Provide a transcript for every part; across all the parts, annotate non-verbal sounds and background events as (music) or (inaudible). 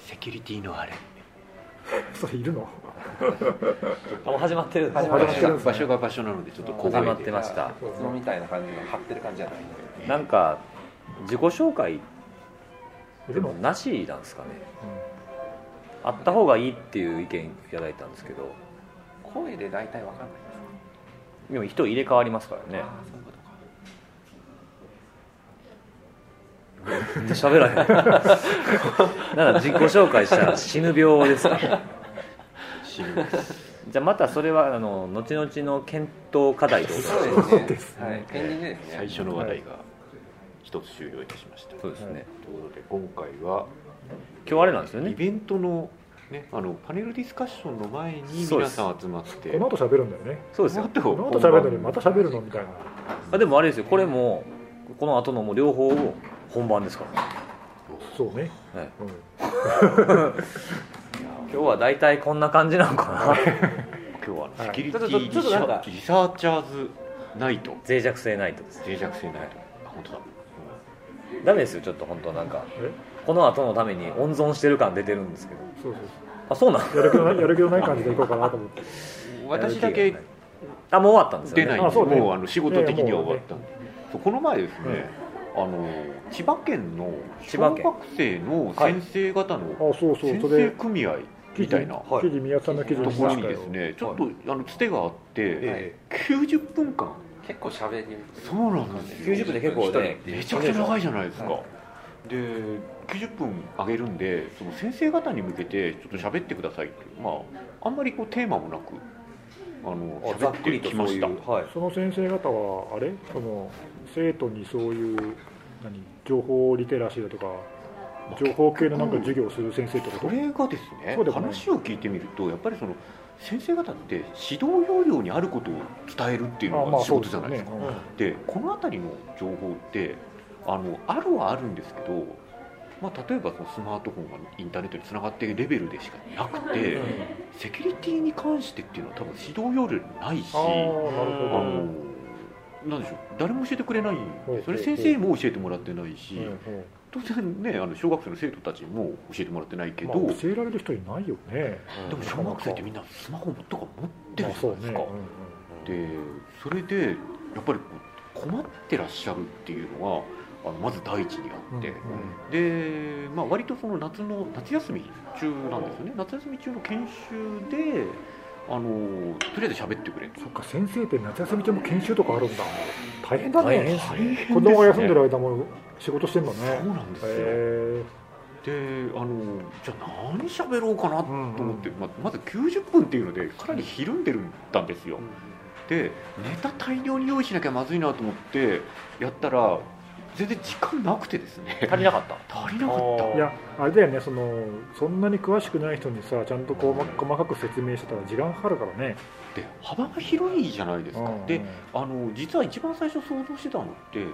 セキュリティのあれそれいるのあもう始まってるんです始まねっ場てる所が場所が場所なのでちょっと小固声まってでましたそう質問みたいな感じの張ってる感じじゃないんでなんか自己紹介ででも、もうんなしなんですかねあった方がいいっていう意見いただいたんですけど声で大体わかんないですでも人入れ替わりますからねああそういうことか喋らないなんか自己紹介したら死ぬ病ですから死ぬじゃあまたそれはあの後々の検討課題ということそでうですねはいペンディングですね最初の話題が一つ終了いたしました、そうですねということで今回は今日あれなんですよイねベントの,、ね、あのパネルディスカッションの前にそうで皆すさん集まってこの後喋るんだよねそうですよここのの後後喋るの本に番また喋るのみたいなあでもあれですよこれもこの後のもう両方を本番ですから、そうね、はいうん、今日は大体こんな感じなの (laughs) かな今日はあのはいセキュリテちょっとィちょっとなんかリサーチャーズナイト脆弱性ないとです脆弱性ナイトあ本当だダメですよちょっと本当なんかえこの後のために温存してる感出てるんですけどそうそうあそうなんそうやる気のないやる (laughs) 気のない感じでいこうかなと思って私だけあもう終わったんですよ、ね、出ないんあでそうねもうあの仕事的には終わったんで、そうこの前ですね、あの千葉県の千小葉学県生の先生方あのそうそう先そ生れ組合記み事たいなはい記事宮田さんの記事と見こまろしにたでよすねちょっとあのつてがあってえ90分間結構喋りそうなんですよ90分で結構ね一人っていうめちゃくちゃ長いじゃないですか、で90分あげるんでその先生方に向けてちょっと喋ってくださいっていうまああんまりこうテーマもなくあのあざっ喋っくてりときそまういしたうはいその先生方はあれその生徒にそういう何情報リテラシーだとか情報系のなんか授業をする先生ってことそれがですねそうでもない話を聞いてみるとやっぱりその先生方って指導要領にあることを伝えるっていうのが仕事じゃないですか、そうよねでこの辺りの情報ってあのあるはあるんですけど、まあ、例えばそのスマートフォンがインターネットにつながっているレベルでしかなくて、セキュリティに関してっていうのは多分指導要領にないしああなるあほど、のなんでしょう誰も教えてくれないんほうほでうそれ先生にも教えてもらってないし、うんうん当然ねあの小学生の生徒たちにも教えてもらってないけど、まあ、教えられる人いないよね、でも小学生ってみんなスマホとか持ってるじゃないですか、まあそうねでそれでやっぱりこう困ってらっしゃるっていうのがあのまず第一にあって、うんうんで、まあ、割とその夏の夏休み中なんですよね夏休み中の研修であのとりあえず喋ってくれとそっか先生って夏休み中も研修とかあるんだ大変だ大ね変ですね変子供が休んでる間も仕事してんだねそうなんですよ、へであのじゃあ何喋ろうかなと思って、ままず90分っていうのでかなりひるんでるんだんですよ、でネタ大量に用意しなきゃまずいなと思ってやったら全然時間なくてですね足りなかった足りなかったえいやあれだよねそのそんなに詳しくない人にさちゃんとこうま細かく説明してたら時間かかるからねで幅が広いじゃないですか、うんうんであの実は一番最初想像してたのって例え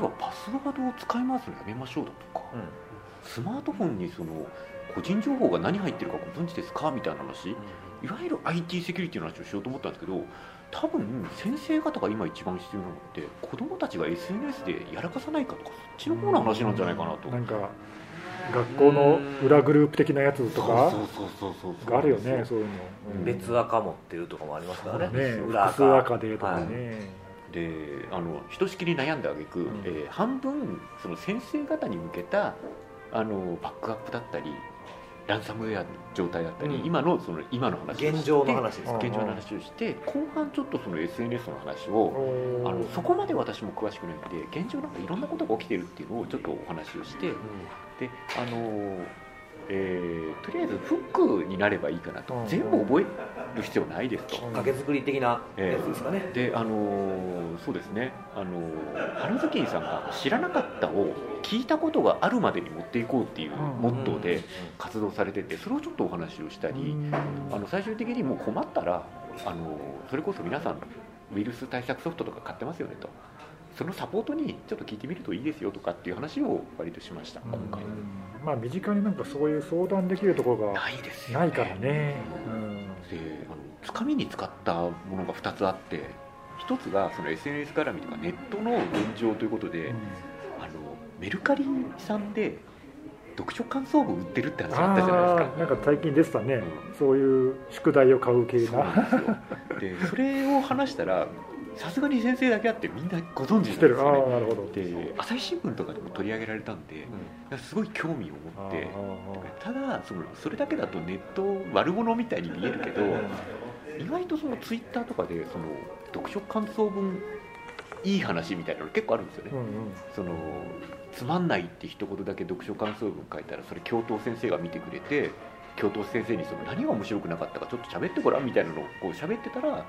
ばパスワードを使いますのやめましょうだとか、うんスマートフォンにその個人情報が何入ってるかご存知ですかみたいな話、いわゆる IT セキュリティの話をしようと思ったんですけど多分先生方が今一番必要なのって子供たちが SNS でやらかさないかとかそっちの方の話なんじゃないかなと、なんか学校の裏グループ的なやつとかそうそうそうそうそうがあるよねそういうの、うん、別垢持ってるとかもありますからねね裏垢複数赤でとかね、であのひとしきり悩んだ挙句、んえー半分その先生方に向けたあのバックアップだったりランサムウェアの状態だったり、うん今のその今の話をして現状の話でうすん現状の話をして後半ちょっとその SNS の話を、おーあのそこまで私も詳しくないので現状なんかいろんなことが起きてるっていうのをちょっとお話をして、であのーえーとりあえずフックになればいいかなと、うん全部覚える必要ないですと、うん崖作り的なやつですかね、であのーそうですねあのー原月さんが知らなかったを聞いたことがあるまでに持っていこうっていうモットーで活動されててそれをちょっとお話をしたり、うんあの最終的にもう困ったらあのそれこそ皆さんウイルス対策ソフトとか買ってますよねとそのサポートにちょっと聞いてみるといいですよとかっていう話を割としました今回うんまあ身近になんかそういう相談できるところがないですよ、ないからね、うんであのつかみに使ったものが2つあって1つがその SNS 絡みとかネットの現状ということで、あのメルカリさんで読書感想文売ってるって話ああったじゃないですかーなんか最近出てたね、そういう宿題を買う系そうななんですよでそれを話したらさすがに先生だけあってみんなご存知なんでしすてるああよねなるほどで朝日新聞とかでも取り上げられたんでなんかすごい興味を持ってただそのそれだけだとネット悪者みたいに見えるけど意外とそのツイッターとかでその読書感想文いい話みたいなの結構あるんですよね、うんうんそのつまんないって一言だけ読書感想文書いたらそれ教頭先生が見てくれて教頭先生にその何が面白くなかったかちょっと喋ってごらんみたいなのをこう喋ってたら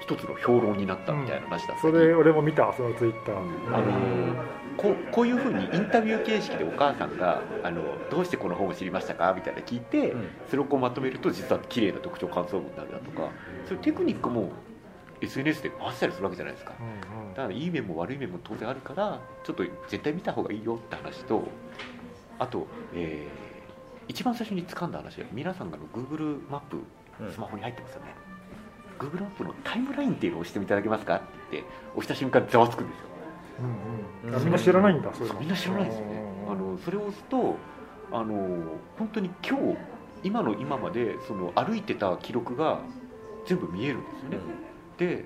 一つの評論になったみたいな話だったそり、れ俺も見たそのツイッタうんーあのこうこういうふうにインタビュー形式でお母さんがあの「どうしてこの本を知りましたか?」みたいな聞いてそれをこうまとめると実は綺麗な特徴感想文になるだとかそういうテクニックも SNS で回したりするわけじゃないですか。うんうんだからいい面も悪い面も当然あるからちょっと絶対見た方がいいよって話とあと、えー一番最初に掴んだ話は皆さんがの Google マップスマホに入ってますよね、Google マップのタイムラインっていうのを押していただけますかって言って押した瞬間ざわつくんですようんうんうんみんな知らないんだそういうそうのみんな知らないですよねうんうんあのそれを押すとあの本当に今日今の今までその歩いてた記録が全部見えるんですよね、で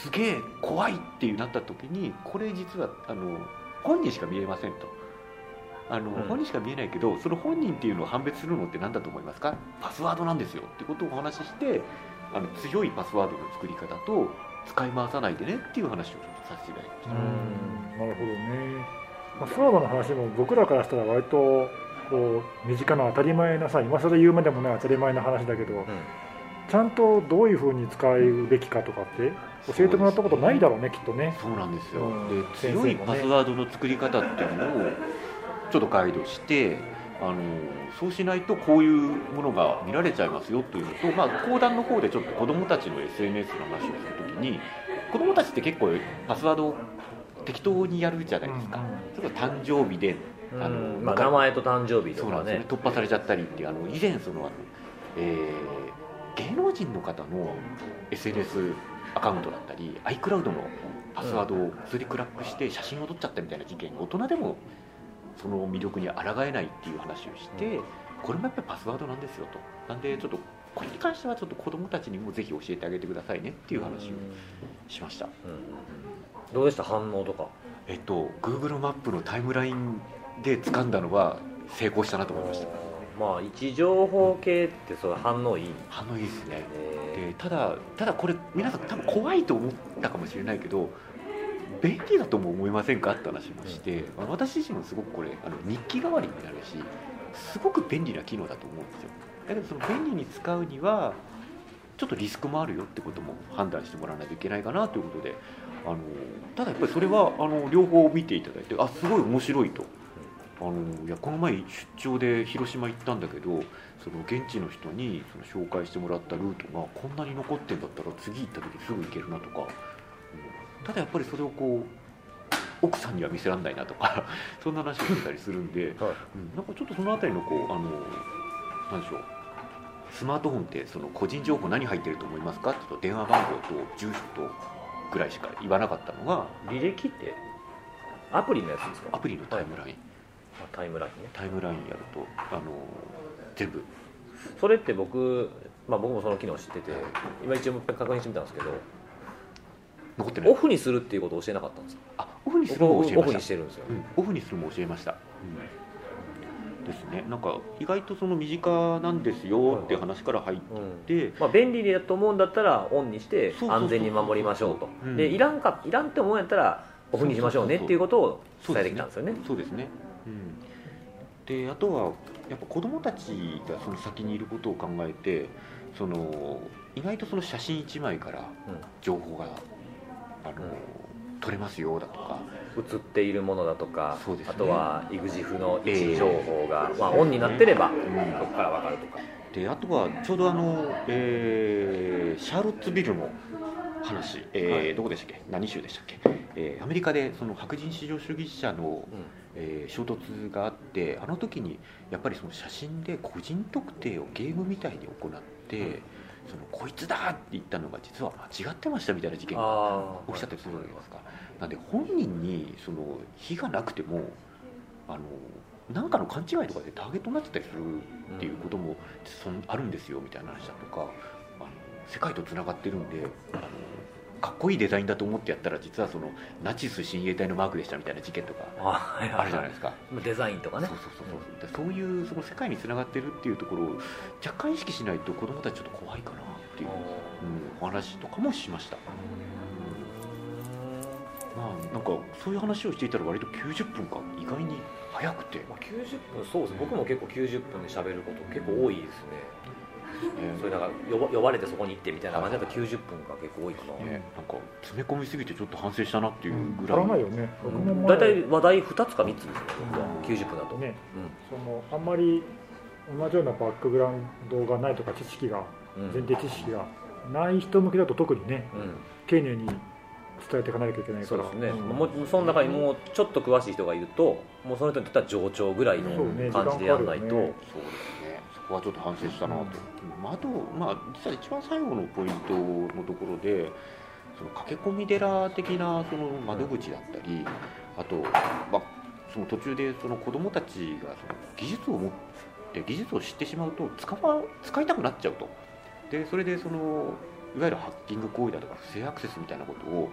すげえ怖いっていうなった時にこれ実はあの本人しか見えませんとあの、うん本人しか見えないけどその本人っていうのを判別するのって何だと思いますかパスワードなんですよってことをお話ししてあの強いパスワードの作り方と使い回さないでねっていう話をちょっとさせていただきましたうんなるほどね、まあ、スワードの話も僕らからしたら割とこう身近な当たり前なさ今更言うまでもない当たり前な話だけど、ちゃんとどういうふうに使うべきかとかって教えてもらったことないだろうねきっとねそうなんですよ、うんで先生強もねいパスワードの作り方っていうのをちょっとガイドしてあのそうしないとこういうものが見られちゃいますよというのと、まあ、講談の方でちょっと子どもたちの SNS の話をするときに子どもたちって結構パスワードを適当にやるじゃないですか、それこそ誕生日でうんあのまあ、名前と誕生日とそうなかんですよねね突破されちゃったりっていうあの以前そのあの、えー芸能人の方の SNS アカウントだったり iCloud のパスワードをすりクラックして写真を撮っちゃったみたいな事件大人でもその魅力に抗えないっていう話をして、これもやっぱりパスワードなんですよとなんでちょっとこれに関してはちょっと子供たちにもぜひ教えてあげてくださいねっていう話をしました、うんどうでした反応とかえっと Google マップのタイムラインで掴んだのは成功したなと思いましたまあ位置情報系ってその反応いいね反応いいですねでただただこれ皆さん多分怖いと思ったかもしれないけど便利だとも思いませんかって話もして、あの私自身もすごくこれあの日記代わりになるしすごく便利な機能だと思うんですよだけどその便利に使うにはちょっとリスクもあるよってことも判断してもらわないといけないかなということであのただやっぱりそれはあの両方見ていただいてあすごい面白いと。あのいやこの前出張で広島行ったんだけどその現地の人にその紹介してもらったルートがこんなに残ってんだったら次行った時すぐ行けるなとか、うんただやっぱりそれをこう奥さんには見せられないなとか (laughs) そんな話をしてたりするんで、はいうんなんかちょっとその辺りのこうあのなんでしょうスマートフォンってその個人情報何入ってると思いますかって言うと電話番号と住所とぐらいしか言わなかったのが履歴ってアプリのやつですかアプリのタイムライン、あタイムラインねタイムラインやるとあの全部それって僕、まあ、僕もその機能知ってて今一応もう一回確認してみたんですけど残ってないオフにするっていうことを教えなかったんですかあオフにするのもオフ教えオまフしにたしてるんですようんオフにするも教えました、ですねなんか意外とその身近なんですよっていう話から入っうんて、まあ、便利だと思うんだったらオンにしてそうそうそう安全に守りましょうとうんでいらんかいらんって思うんやったらオフにしましょうねっていうことを伝えてきたんですよねそうですね、であとはやっぱ子どもたちがその先にいることを考えてその意外とその写真1枚から情報が、あのうん取れますよだとか映っているものだとか、そうですねあとは育児婦の位置情報が、まあ、オンになってれば、そこから分かるとかであとはちょうどあの、えーシャーロッツビルの話、えーはいどこでしたっけ何州でしたっけ、えーアメリカでその白人至上主義者の、えー衝突があってあの時にやっぱりその写真で個人特定をゲームみたいに行って、うんそのこいつだって言ったのが実は間違ってましたみたいな事件があ起きちゃったりするじゃないですかなんで本人にその非がなくてもあのなんかの勘違いとかでターゲットになってたりするっていうこともそんあるんですよみたいな話だとかあの世界とつながってるんであのかっこいいデザインだと思ってやったら実はそのナチス親衛隊のマークでしたみたいな事件とかあはいあはるいじゃはないですか。いデザインとかねそうそうそうそうでそういうその世界につながってるっていうところを若干意識しないと子供たちちょっと怖いかなっていう、うん、お話とかもしました、まあ、なんかそういう話をしていたら割と90分が意外に早くて、ねまあ、90分そうですね僕も結構90分で喋ること結構多いですね、それだから呼ば呼ばれてそこに行ってみたいな感じだと90分が結構多いかな、ね、なんか詰め込みすぎてちょっと反省したなっていう足ぐらい、らないよね僕も前大体話題2つか3つですね僕は90分だと、ねそのあんまり同じようなバックグラウンドがないとか知識がうんうん前提知識がない人向けだと特にねうん丁寧に伝えていかなきゃいけないそかうらですね、んもうその中にもうちょっと詳しい人がいるともうその人にとっては上長ぐらいのそうね感じでやらないそうで時間かかるよねと、すねそこはちょっと反省したなと、まあ、あと、まあ、実は一番最後のポイントのところでその駆け込み寺的なその窓口だったり、あと、まあ、その途中でその子どもたちがその技術を持って技術を知ってしまうと使わ使いたくなっちゃうとでそれでそのいわゆるハッキング行為だとか不正アクセスみたいなことを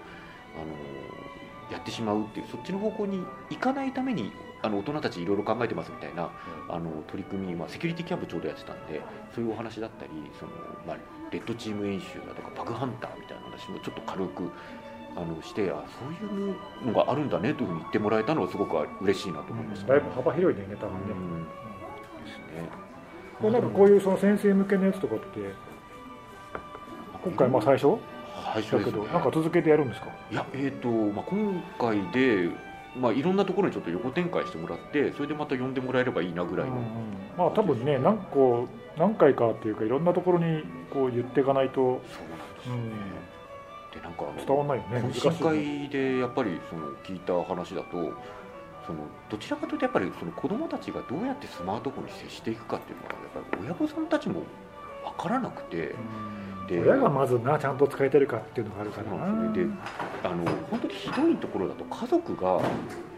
あのやってしまうっていうそっちの方向に行かないためにあの大人たちいろいろ考えてますみたいなあの取り組み、まあ、セキュリティキャンプちょうどやってたんでそういうお話だったりその、まあ、レッドチーム演習だとかバグハンターみたいな話もちょっと軽くあのしてあそういうのがあるんだねというふうに言ってもらえたのはすごく嬉しいなと思いました、だいぶ幅広いねネタがね、うんですねこうなんかこういうその先生向けのやつとかって今回まあ最初最初だでけす、どね、なんか続けてやるんですかいや、えーとまあ、今回で、まあ、いろんなところにちょっと横展開してもらってそれでまた呼んでもらえればいいなぐらいの、うんうんまあ多分ね何個何回かっていうかいろんなところにこう言っていかないとそうなんですうよね、んでなんかあの伝わんないよね懇難し親い会ねでやっぱりその聞いた話だとそのどちらかというとやっぱりその子どもたちがどうやってスマートフォンに接していくかっていうのはやっぱり親御さんたちも分からなくてうん親がまずなちゃんと使えてるかっていうのがあるそかうらななんですよねであの本当にひどいところだと家族が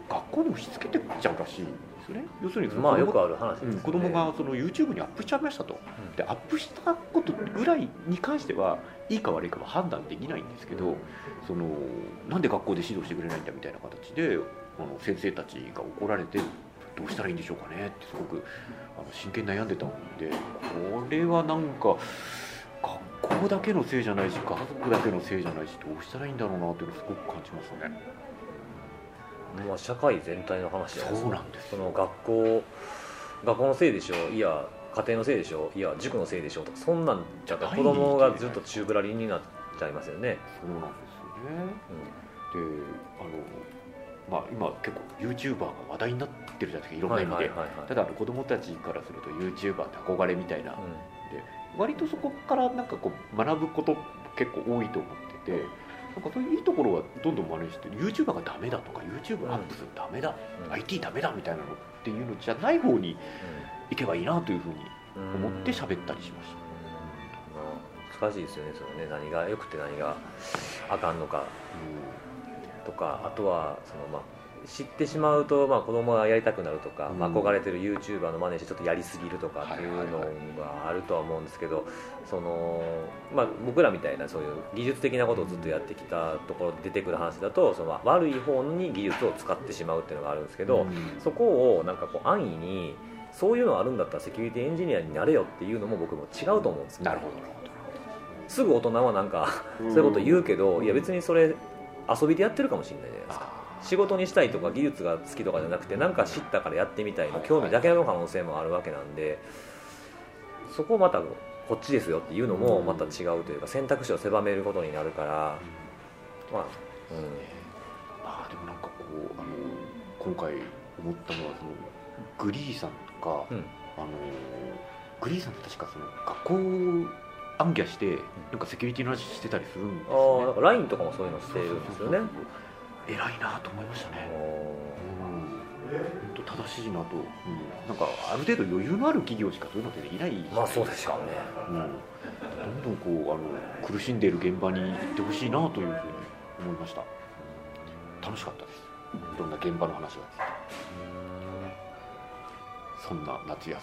学校に押し付けてっちゃうらしいんですよね要するにそのまあ子よ供くある話です、うねん、子供がその YouTube にアップしちゃいましたと、んでアップしたことぐらいに関してはいいか悪いかは判断できないんですけど、そのなんで学校で指導してくれないんだみたいな形であの先生たちが怒られてどうしたらいいんでしょうかねってすごくあの真剣に悩んでたんでこれはなんか学校だけのせいじゃないし家族だけのせいじゃないしどうしたらいいんだろうなっていうのをすごく感じますね。まあ、社会全体の話じゃないですそうかなんですその学校学校のせいでしょいや家庭のせいでしょいや塾のせいでしょとかそんなんじゃ子供がずっと宙ぶらりんになっちゃいますよね、そうなんですよねであのまあ、今結構 YouTuber が話題になってるじゃないですかいろうんん、なは意い味で、はいはいたはだあの子供たちからすると YouTuber って憧れみたいな、い、うん割とそこからなんかこう学ぶこと結構多いと思っててなんかそういういいところはどんどん真似して YouTuber がダメだとか YouTube アップするのダメだ、うん IT ダメだみたいなのっていうのじゃない方に行けばいいなというふうにうん思って喋ったりしました。まあ難しいですよねそのね何が良くて何があかんのかとかあとはその、まあ、知ってしまうと、まあ、子供がやりたくなるとか、うんまあ、憧れてる YouTuber の真似してちょっとやりすぎるとかはいっていはいうのはいがあるとは思うんですけど、そのまあ、僕らみたいなそういう技術的なことをずっとやってきたところで出てくる話だとその、まあ、悪い方に技術を使ってしまうっていうのがあるんですけど、うんそこをなんかこう安易にそういうのあるんだったらセキュリティエンジニアになれよっていうのも僕も違うと思うんですよなるほどなるすぐ大人はなんかほどそういうこと言うけど、うんいや別にそれ遊びでやってるかもしれないじゃないですかあ仕事にしたいとか技術が好きとかじゃなくて何か知ったからやってみたいの興味だけの可能性もあるわけなんでそこをまたこっちですよっていうのもまた違うというか選択肢を狭めることになるからーまあまあでもなんかこうあの今回思ったのはそのグリーさんとか、うんあのグリーさんって確かその学校暗記してなんかセキュリティの話してたりするんですうんああなんよかね。 LINE とかもそういうのしてるんですそうそうよねそう偉いなと思いましたね。うん、本当正しいなと、うん、なんかある程度余裕のある企業しかそういうのっていないあーまあそうですよねうん、どんどんこうあの苦しんでいる現場に行ってほしいなというふうに思いました楽しかったですいろんな現場の話がそんな夏休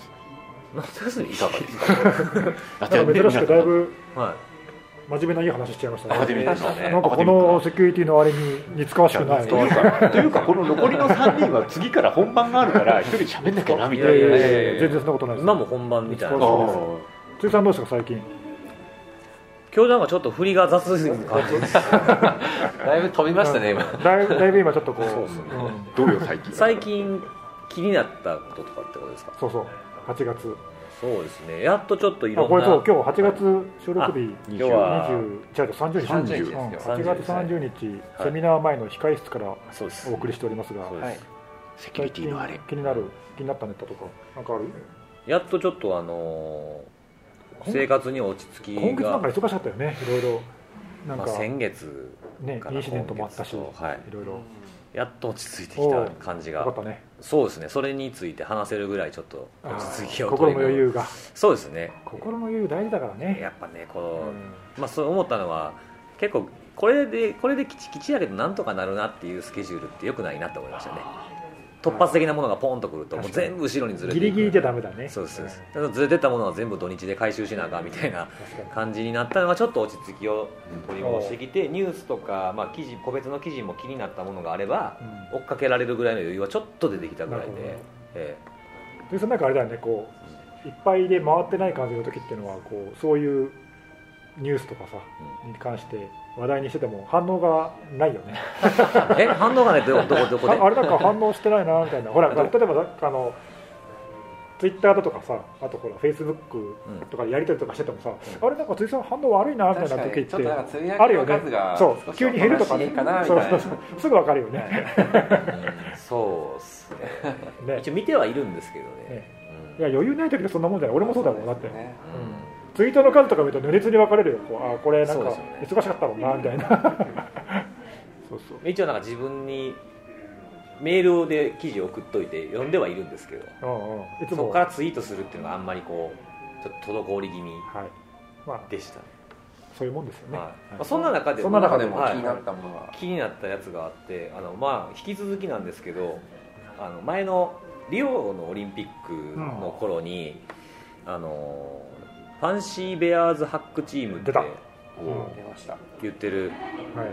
夏休みみいかがですか夏 (laughs) なんか珍しくだいぶは真面目ないい話しちゃいましたアカねデミーですねなんかこのセキュリティのあれに似つかわしくないというかというかこの残りの3人は次から本番があるから一人喋んなきゃなみいたやいいなやいねやいや全然そんなことないい、です今も本番みたいあなそあう辻さんどうですか最近今日なんかちょっと振りが雑に感じですだいぶ飛びましたね今だいぶだいぶ今ちょっとこうそうですねんどうよ最近最近気になったこととかってことですかそうそう8月そうですねやっとちょっといあろんこなれそう今日8月収録日今日は20違う30日30日ですうよん8月30日はいセミナー前の控え室からそうですお送りしておりますがそうです、はいセキュ最リティ近のあれ気になる気になったネタとかなんかあるやっとちょっとあのー今生活に落ち着きが今月なんか忙しかったよねいろいろなんまあ、か先月ねかイらンシデントもあったしい今月とはいろいろやっと落ち着いてきた感じよかがったねそうですねそれについて話せるぐらいちょっとあ落ち着きーを心取のり戻余裕がそうですね心の余裕大事だからねやっぱねこう、うんまあ、そう思ったのは結構これでこれできちきちやけどなんとかなるなっていうスケジュールってよくないなと思いましたね突発的なものがポンとくるともう確かに全部後ろにずれてギいくリギリじゃダメだねそうですそうですだからずれてったものは全部土日で回収しなあかんみたいな確か感じになったのがちょっと落ち着きを取り戻してきてニュースとか、まあ、記事個別の記事も気になったものがあればにうん追っかけられるぐらいの余裕はちょっと出てきたぐらいでなるほどね、えでその中あれだよねこういっぱいで回ってない感じの時っていうのはこうそういうニュースとかさ、に関して話題にしてても反応がないよねええ反応がねどこどこどこでああれなんか反応してないなみたいなほら例えばなんかあのツイッターだとかさあとほらフェイスブックとかでやり取りとかしててもさ、あれなんか辻さん反応悪いなみたい確なか時っにてちょっとなんかつぶやあきるよのね数がそう急に減るとかねねかなみたいそうなそうそうすぐわかるよねうんそうっすねね一応見てはいるんですけどねねうんいや余裕ない時でそんなもんじゃない俺もそうだもんだって、ねうツイートの数とか見ると如実に分かれるよこうあーこれなんそうかですよね忙しかったもんなみ (laughs) たいなそうそうん一応なんか自分にメールで記事を送っといて読んではいるんですけどうんうんいつそもこからツイートするっていうのがあんまりこうちょっと滞り気味はいまあでしたねそういうもんですよね、はいまあ、そんな中でそんその中でもはい気になったものは気になったやつがあってあの、まあ、引き続きなんですけどあの前のリオのオリンピックの頃に、あのファンシーベアーズハックチームって出たお出ました言ってるはい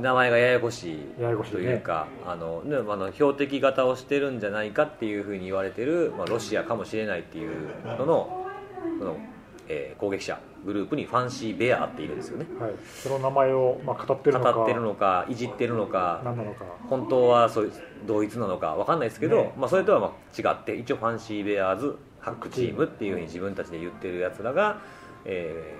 名前がややこしいややこしいねというかあの、ね、あの標的型をしてるんじゃないかっていうふうに言われてる、まあ、ロシアかもしれないっていうののその、えー攻撃者グループにファンシーベアーっているんですよねはい、その名前を、まあ、語ってるのか語ってるのかいじってるのか何なのか本当はそういう同一なのかわかんないですけど、ねまあ、それとはまあ違って一応ファンシーベアーズハックチームっていうふうに自分たちで言ってるやつらが、え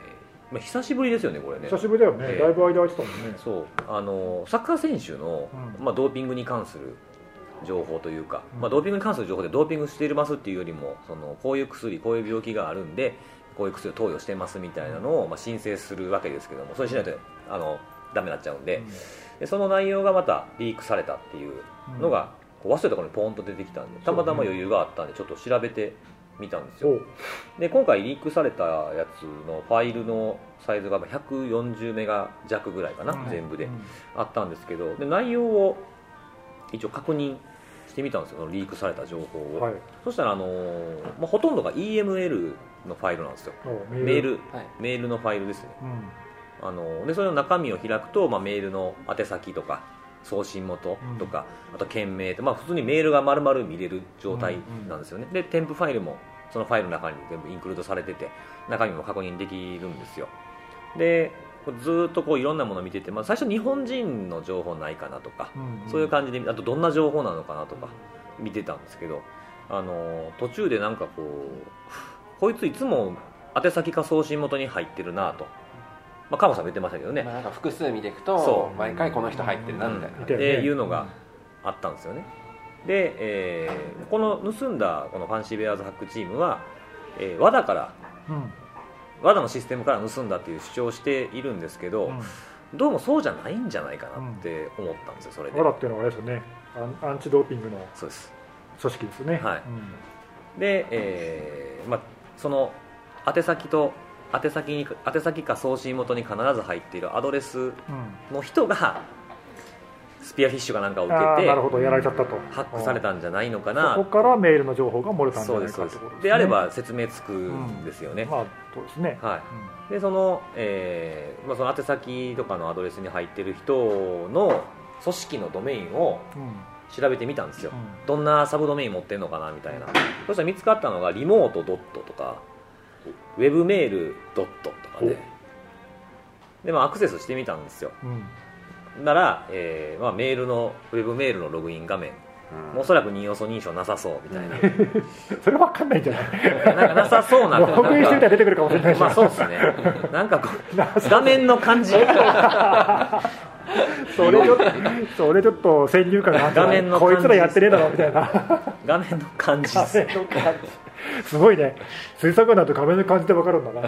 ーまあ、久しぶりですよねこれね久しぶりだよね、ええだいぶ間空いてたもんねそうあのサッカー選手の、うんまあ、ドーピングに関する情報というか、うんまあ、ドーピングに関する情報でドーピングしていますっていうよりもそのこういう薬こういう病気があるんでこういう薬を投与してますみたいなのを、まあ、申請するわけですけどもそれしないとあのダメになっちゃうんで,、でその内容がまたリークされたっていううんのが、こう忘れた頃にポーンと出てきたんでたまたま余裕があったんでちょっと調べてみたんですおよ、うで今回リークされたやつのファイルのサイズがまあ140メガ弱ぐらいかな、うん全部でうんあったんですけどで内容を一応確認してみたんですよそのリークされた情報を、はいそしたら、あのーまあ、ほとんどが EML のファイルなんですよおうメメール、はいメールのファイルですね、うんあのーでそれの中身を開くと、まあ、メールの宛先とか送信元とか、あと件名と、まあ、普通にメールが丸々見れる状態なんですよね、で添付ファイルもそのファイルの中に全部インクルードされてて中身も確認できるんですよでこうずーっとこういろんなもの見てて、まあ、最初日本人の情報ないかなとか、うんそういう感じであとどんな情報なのかなとか見てたんですけどあの途中でなんかこうこいついつも宛先か送信元に入ってるなと、まあ、カモさんも言ってましたけどねまあ、なんか複数見ていくそとう毎回この人入ってるなみたいなうんっだてよねいうのがあったんですよねで、えーこの盗んだこのファンシーベアーズハックチームは、えー、WADA からうん、 WADA のシステムから盗んだっていう主張をしているんですけど、うんどうもそうじゃないんじゃないかなって思ったんですよそれで、ワラっていうのはあれですよねアンアンチドーピングのそうです組織ですよねはいうんで、えーまあ、その宛先と宛先に宛先か送信元に必ず入っているアドレスうんの人がスピアフィッシュかなんかを受あけーてなるほどやられちゃったとハックされたんじゃないのかなそこからメールの情報が漏れたんじゃそうなでいすそかうっでてすことですねであれば説明つくんですよね、まあそうですね、はいでその,、えーまあ、その宛先とかのアドレスに入ってる人の組織のドメインをうんうん調べてみたんですよ、うんどんなサブドメイン持ってるのかなみたいなそしたら見つかったのがリモートドットとかウェブメールドットとかでで、まあ、アクセスしてみたんですようんなら、えーまあ、メールのウェブメールのログイン画面おそらく二要素認証なさそうみたいな、それわかんないんじゃないなんかなさそう (laughs) なログインしてみたら出てくるかもしれないし、まあそうですねなんかこう画面の (laughs) 感じそれちょっとそれちょっと先入観があった画面のこ感じいつらやってねえだろみたいな (laughs) 画面の感じですねすごいね推測なんて画面の感じでわかるん (laughs) だな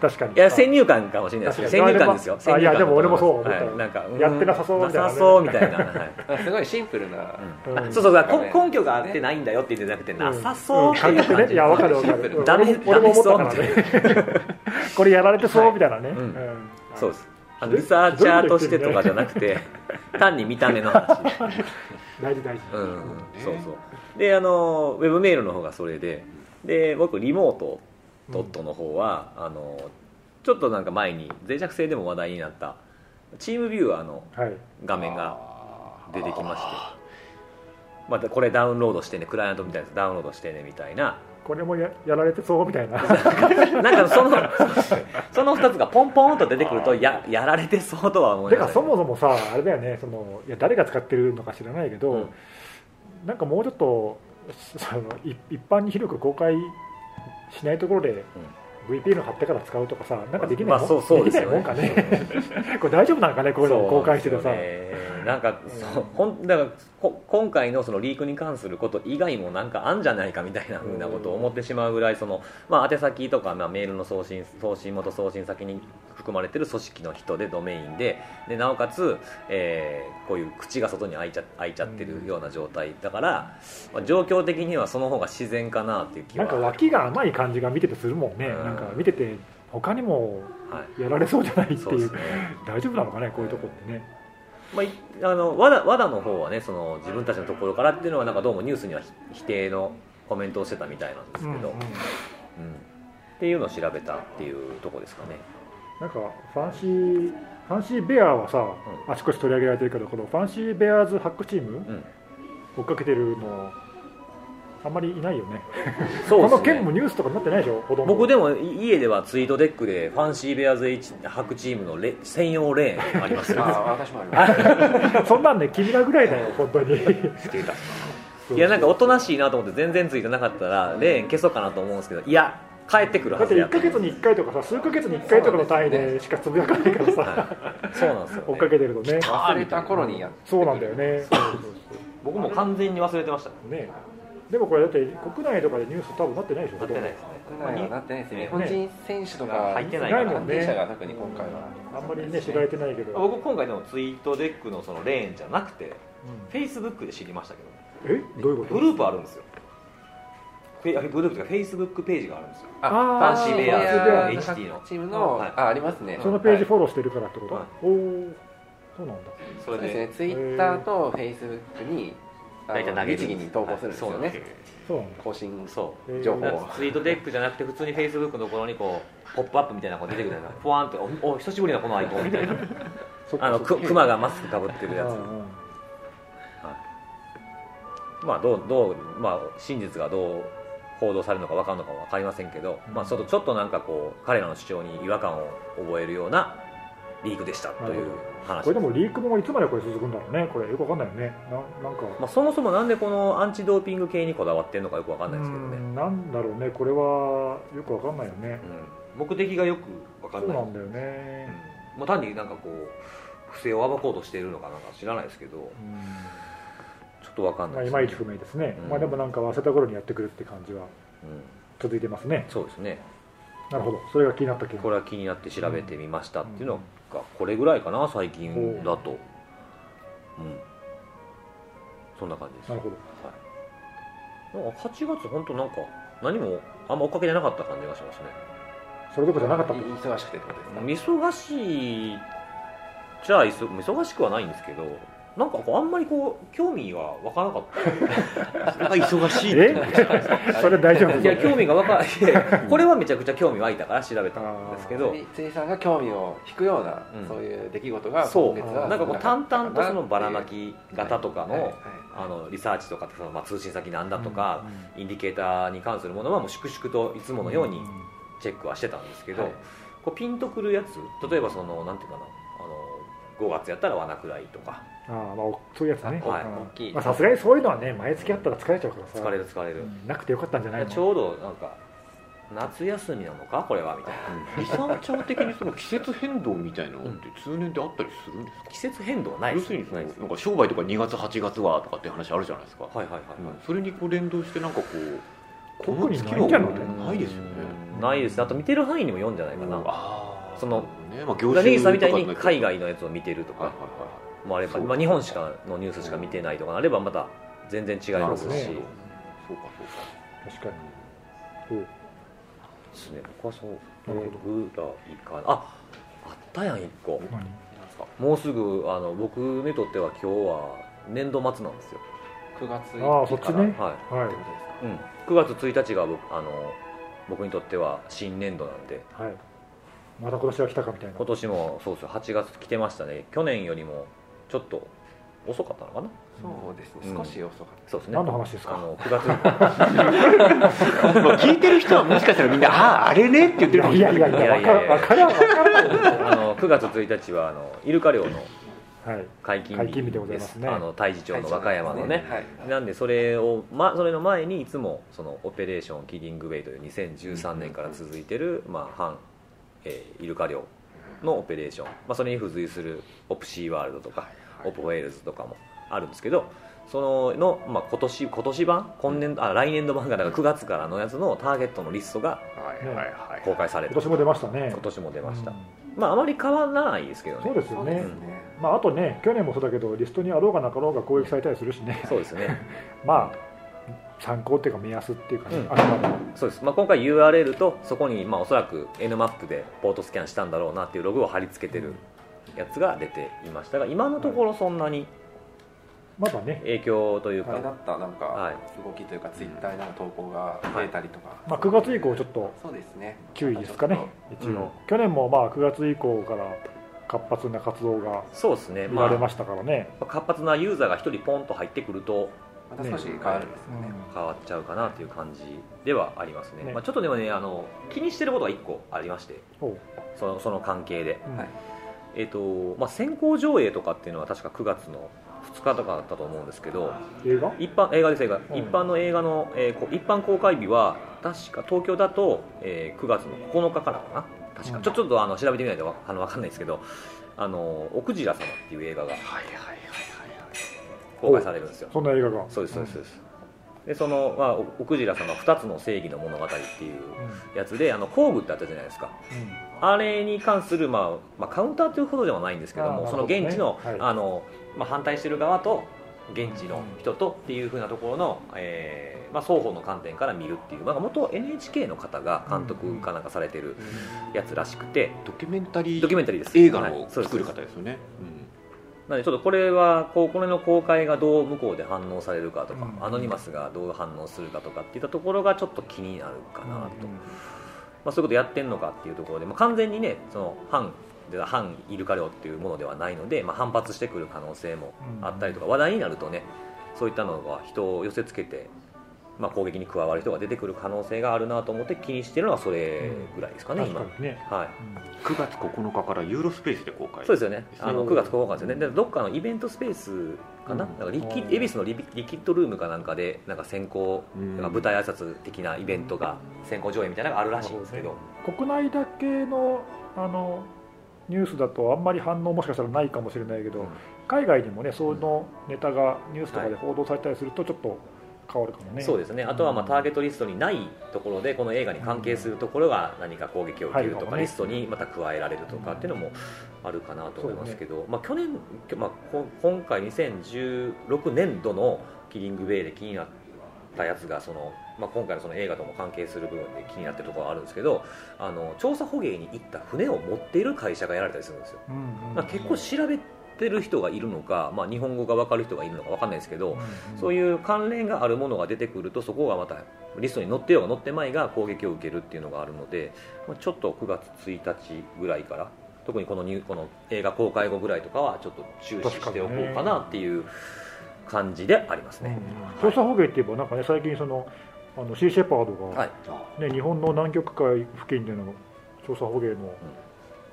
確かにいや先入観かもしれないですけど先入観ですよあいやでも俺もそう思ったはいなんかうんやってなさそうみたいなねなさそうみたいな、はいすごいシンプルなうんあそうそうだからこ根拠があってないんだよって言うんじゃなくてなさそうって感いう覚感ねじいやわかるわかるうんダメ俺も俺も思ったかダメらそうね (laughs) これやられてそうみたいなね、いうんんそうですあのリサーチャーとしてとかじゃなくて単に見た目 (laughs) の話大事大事、うんそうそうであのウェブメールの方がそれでで僕リモートドットの方は、あのちょっとなんか前に脆弱性でも話題になったチームビューアーのはい画面が出てきましてまたこれダウンロードしてねクライアントみたいなやつダウンロードしてねみたいなこれもややられてそうみたいな (laughs) なんかそのその2つがポンポンと出てくるとややられてそうとは思い (laughs) てなかがそらもそもさあれだよねそのいや誰が使ってるのか知らないけど、うんなんかもうちょっとそのい一般に広く公開しないところで、VPN 貼ってから使うとかさなんかできないもん,、まあそうそうでできすないもよねんかね (laughs) これ大丈夫なのかねこういうのを公開しててそさ、うなんですよねなんかそうほんだからこ今回のそのリークに関すること以外もなんかあんじゃないかみたいなふうなことを思ってしまうぐらいその、まあ、宛先とか、まあ、メールの送信送信元送信先に含まれてる組織の人でドメインででなおかつ、えーこういう口が外に開いちゃ開いちゃってるような状態だから、まあ、状況的にはその方が自然かなっていう気なはんか脇が甘い感じが見ててするもんね、うんなんか見てて他にもはいやられそうじゃないってそういでうすね大丈夫なのかねこういうとこってねまあい、あの和田和田の方はねその自分たちのところからっていうのはなんかどうもニュースには否否定のコメントをしてたみたいなんですけうど、うんんうんっていうのを調べたっていうとこですかねなんかファンシーファンシーベアはさ、あちこち取り上げられてるけどこのファンシーベアーズハックチームうん追っかけてるのあんまりいないよねそうこでのす件もねニュースとかになってないでしょほとんど僕でもい家ではツイートデックでファンシーベアーズ H 白チームのレ専用レーンあり (laughs) ますあよあ私もありま (laughs) すそんなんね君らぐらいだよ本当に (laughs) いやなんかおとなしいなと思って全然ついてなかったらレーン消そうかなと思うんですけどいや帰ってくるだはってずや1とか月に1回とかさ数か月に1回とかの単位でしかつぶやかないからさ、はいそうなんですよ、追ねっかけてるとね忘れた頃にやっそうなんだよねそうそう僕も完全に忘れてましたねそうねでもこれだって国内とかでニュース多分なってないでしょなってないですねてないはなってないですね日本人選手とか入ってないか関ら係者が特に今回はあんまりね知られてないけど、僕今回でもツイートデックのそのレーンじゃなくてフェイスブックで知りましたけどうんえどういうことグループあるんですよフェイあグループというかフェイスブックページがあるんですよああーファンシーベアーズ HT のチームの、はいあありますねそのページはいフォローしてるからってこと、はいおおそうなんだそそれうですでねツイッターとフェイスブックにあの大体投げる律儀に投稿するんですよね、はいそうなんでそうなんだ更新すそえー情う報だからツイートデックじゃなくて普通にフェイスブックのところにこうポップアップみたいなのが出てくる (laughs) ようなふわーんっておお久しぶりなこのアイコンみたいなそっか (laughs) あのそっかくクマがマスクかぶってるやうんつうんまあどうどうまあ真実がどう報道されるのか分かるのかわかりませんけど、まあちょっとちょっとなんかこう彼らの主張に違和感を覚えるようなリークでしたという話これでもリークもいつまでこれ続くんだろうねこれよくわかんないよねななんか、まあ、そもそもなんでこのアンチドーピング系にこだわってるのかよくわかんうないですけどね、んなんだろうねこれはよくわかんないよねうん目的がよくわかそうんないなんだよね、うんまあ、単になんかこう不正を暴こうとしているのかなんか知らないですけどうんちょっとわかんまなあ、いいですまねいち不明ですね、うんまあでもなんか忘れた頃にやってくるって感じはうん続いてますねそうですねなるほどそれが気になった件これは気になって調べてみましたっていうのがこれぐらいかな最近だとうんそんな感じですなるほどなんか8月本当なんか何もあんま追っかけてなかった感じがしますねそれどころじゃなかったってい忙しくてってことですか忙しちゃいそ忙しくはないんですけどなんかこうあんまりこう興味が湧かなかったそれが忙しいってえそれ大丈夫いや興味が湧かいやこれはめちゃくちゃ興味湧いたから調べたんですけど釣りさんが興味を引くような、うんそういう出来事がそ今う月はなんかこう淡々とそのばらまき型とかはいはのいあのリサーチとかそのまあ通信先なんだとか、インディケーターに関するものはもう粛々といつものようにチェックはしてたんですけど、はいこうピンとくるやつ例えばそのなんていうかなあの5月やったら罠くらいとかあー、まあ、おそういうやつね、はいうん大きいまあ、さすがにそういうのはね毎月あったら疲れちゃうからさ疲れる疲れうる、んなくてよかったんじゃないのちょうどなんか夏休みなのかこれはみたいなリサーチャー的にその季節変動みたいなのって通年であったりするんですか、季節変動はない要ですするにそのないなですんか商売とか2月8月はとかって話あるじゃないですか、はいはいはい、うんはいそれにこう連動してなんかこうこ特のに月ないんじゃないはないですよねんないですあと見てる範囲にも読んじゃないかな、ああそのねまあ、業だからネギさんみたいとかにのやつ海外のやつを見てるとはいかはいはいもあれそば、うまあ、日本しかのニュースしか見てないとかあればまた全然違いますしなそうかるほどそうか確かにですね僕はそうなるぐらいかなああったやん1個何もうすぐあの僕にとっては今日は年度末なんですよ9月ああそっちねははいってことですかい、うん、9月1日が僕あの僕にとっては新年度なんではいまた今年は来たかみたいな今年もそうですよ8月来てましたね去年よりもちょっと遅かったのかなそうですね、うん少し遅かっそうですね何の話ですあかの9月 (laughs) まあ聞いてる人はもしかしたらみんな「あああれね」って言ってるかもいしれやないいやいやいやい分やいやからん分からん分かあの9月1日はあのイルカ漁のらんはい解禁日解禁日でございますねあの太地た町の和歌山のねはいなんでそれを、ま、それの前にいつもそのオペレーションキリングウェイという2013年から続いてる、まあ、反、えーイルカ漁のオペレーション、まあ、それに付随するオプシーワールドとか、オプウェールズとかもあるんですけどそのの、まあ、今年今年版今年あ来年度版がだから9月からのやつのターゲットのリストがはいねはいはい公開され今る年も出ましたね今年も出ました、うんまああまり変わらないですけどねそうですそようでねすねまああとね去年もそうだけどリストにあろうがなかろうが攻撃されたりするしねそうですねまあ参考っていうか目安っていうかね、うんあくまでもそうです、まあ、今回 URL とそこにまあおそらく N マップでポートスキャンしたんだろうなっていうログを貼り付けてるやつが出ていましたが今のところそんなにまだね、影響というか、あれだったなんか、はい動きというかツイッターの投稿が増えたりとか、まあ、9月以降ちょっとそうですね注意ですかね一うん応、去年もまあ9月以降から活発な活動がそうですね、見まらあれましたからね、まあ活発なユーザーが1人ポンと入ってくるとまた少し変わるんですよね変わっちゃうかなっていう感じではありますねねまあ、ちょっとでもねあの気にしてることが1個ありましてうんおうそのその関係で、うんはいえっとまあ、先行上映とかっていうのは確か9月の2日とかだったと思うんですけど映画一般映画です映画、うん一般の映画の、えーこ一般公開日は確か東京だと、えー9月の9日からかな確か、うんちょちょっとあの調べてみないとわあのわかんないですけど「あのおクジラ様」っていう映画がはいはいはい公開されるんですよそんな映画がそうですそうですそうですでその、まあ、おおクジラ様2つの正義の物語っていううんうんやつであの工具ってあったじゃないですかあれに関する、まあまあ、カウンターというほどではないんですけどもあーそなのるほどね現地の,、はいあのまあ、反対してる側と現地の人とっていうふうなところの、えーまあ、双方の観点から見るっていう、まあ、元 NHK の方が監督かなんかされてるやつらしくてドキュメンタリードキュメンタリーです映画はいのそうです作る方ですよね、うんなのでちょっとこれはこうこれの公開がどう向こうで反応されるかとか、うんアノニマスがどう反応するかとかっていったところがちょっと気になるかなと。まあ、そういうことやってんのかっていうところで、まあ、完全にねその反で反イルカ漁っていうものではないので、まあ、反発してくる可能性もあったりとか、話題になるとねそういったのが人を寄せつけて、まあ、攻撃に加わる人が出てくる可能性があるなと思って気にしてるのはそれぐらいですかね、確今かにね、はい9月9日からユーロスペースで公開そうですよねあうのん9月9日ですよねでどっかのイベントスペースかな,、うんなんかリキうん恵比寿のリビリキッドルームかなんかでなんか先行、うんなんか舞台挨拶的なイベントが先行上映みたいなのがあるらしいんですけど、うん国内だけのあのニュースだとあんまり反応もしかしたらないかもしれないけど、うん海外にもねそのネタがニュースとかで報道されたりするとちょっと変わるかもね、そうですねあとはまあターゲットリストにないところでこの映画に関係するところが何か攻撃を受ける入るとかかもねリストにまた加えられるとかっていうのもあるかなと思いますけど、まあ、去年、まあ、こ今回2016年度のキリングベイで気になったやつがその、まあ、今回のその映画とも関係する部分で気になってるところがあるんですけどあの調査捕鯨に行った船を持っている会社がやられたりするんですよ、うんうんまあ、結構調べてる人がいるのか、まあ、日本語が分かる人がいるのか分かんないですけど、そういう関連があるものが出てくるとそこがまたリストに載ってようが載ってまいが攻撃を受けるっていうのがあるのでまあちょっと9月1日ぐらいから特にこのニューこの映画公開後ぐらいとかはちょっと注視しておこうかなっていう感じでありますうんうね。ん調査捕鯨っていえばなんかね最近そのあのシーシェパードが、はいね、日本の南極海付近での調査捕鯨の、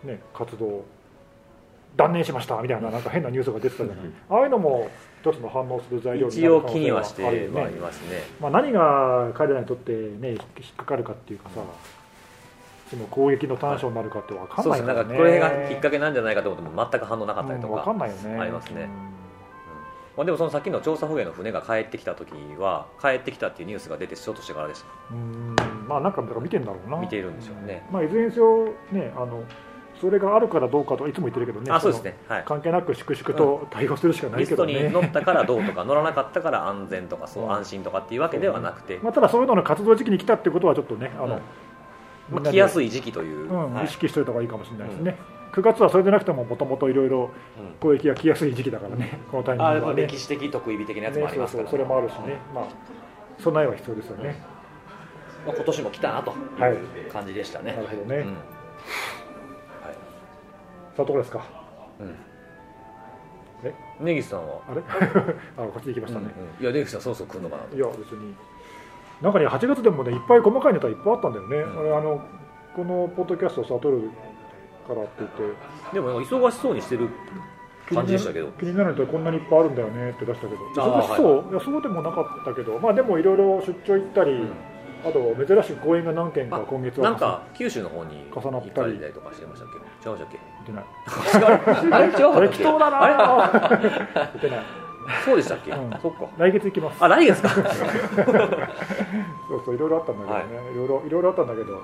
ね、活動を断念しましたみたいななんか変なニュースが出てたじゃないああいうのも一つの反応する材料にな一る応可能気に性ははしあるてよまいねりますね。まあ、何が彼らにとって、ね、引っかかるかっていうかさその攻撃の短所になるかって分かんそなうでいすからね。なんねかこれがきっかけなんじゃないかと思っても全く反応なかったりとうん分かか。んないよねありますねまあでもその先の調査捕鯨の船が帰ってきた時は帰ってきたっていうニュースが出てちょっとしてからでしうんうんまあなんかだから見てんだろうな見ているんでしょうね、まあ、いずれにせよねあのそれがあるからどうかとはいつも言ってるけどねた。あ、そうですね。はいその。関係なく粛々と対応するしかなリいけスどトね、に乗ったからどうとか乗らなかったから安全とかそううん安心とかっていうわけではなくて、 (laughs) まあ、ただそういうのの活動時期に来たってことはちょっとねあの、まあ、来やい、すい時期という、うんはい意識しておいた方がいいかもしれないですね、9月はそれでなくてももともといろいろ攻撃が来やすい時期だからね、このタイミあンれグははね歴史的得意日的なやつもねありそうますそかうら、それもあるしね、まあ、備えは必要ですよね、まあ今年も来たなとはいいう感じでしたね。なるほどね、うんさあどこですか根岸さんは、あれ (laughs) あこっちに行きましたね、うんいや根岸さんそろそろ来るのかなといや別に中に8月でもねいっぱい細かいネタいっぱいあったんだよね、うん俺あのこのポッドキャストをさ撮るからって言ってでもなんか忙しそうにしてる感じでしたけど気になるネタこんなにいっぱいあるんだよねって出したけどあー忙しそう、いやそうでもなかったけどまあでもいろいろ出張行ったり、んあと珍しく公演が何件かあ今月はなんか九州の方に行重なったりかれたりとかしてましたっけ違いましたっけ行ってない (laughs) あれ違う適当だなぁ (laughs) 行ってないそうでしたっけ、うんそっか来月行きますあ来月かそうそういろいろあったんだけどね、い、ろいろいろいろあったんだけど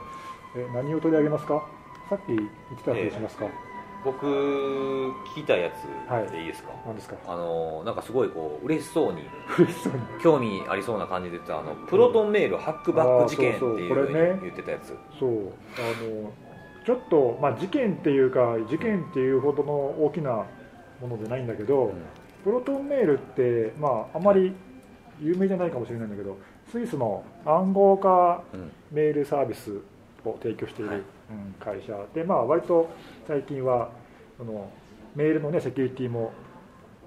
え何を取り上げますかさっき言ってたやつにしますか、僕聞きたいやつでいいですか、何ですかあのーなんかすごいこう嬉しそうに嬉しそうに興味ありそうな感じで言ってたあのプロトンメールハックバック事件っていうあーそうそうこれふうねに言ってたやつ、そうあのちょっと、まあ、事件っていうか事件っていうほどの大きなものじゃないんだけど、んプロトンメールって、まあ、あまり有名じゃないかもしれないんだけどスイスの暗号化うんメールサービスを提供している、うん会社で、まあ、割と最近はそのメールの、ね、セキュリティも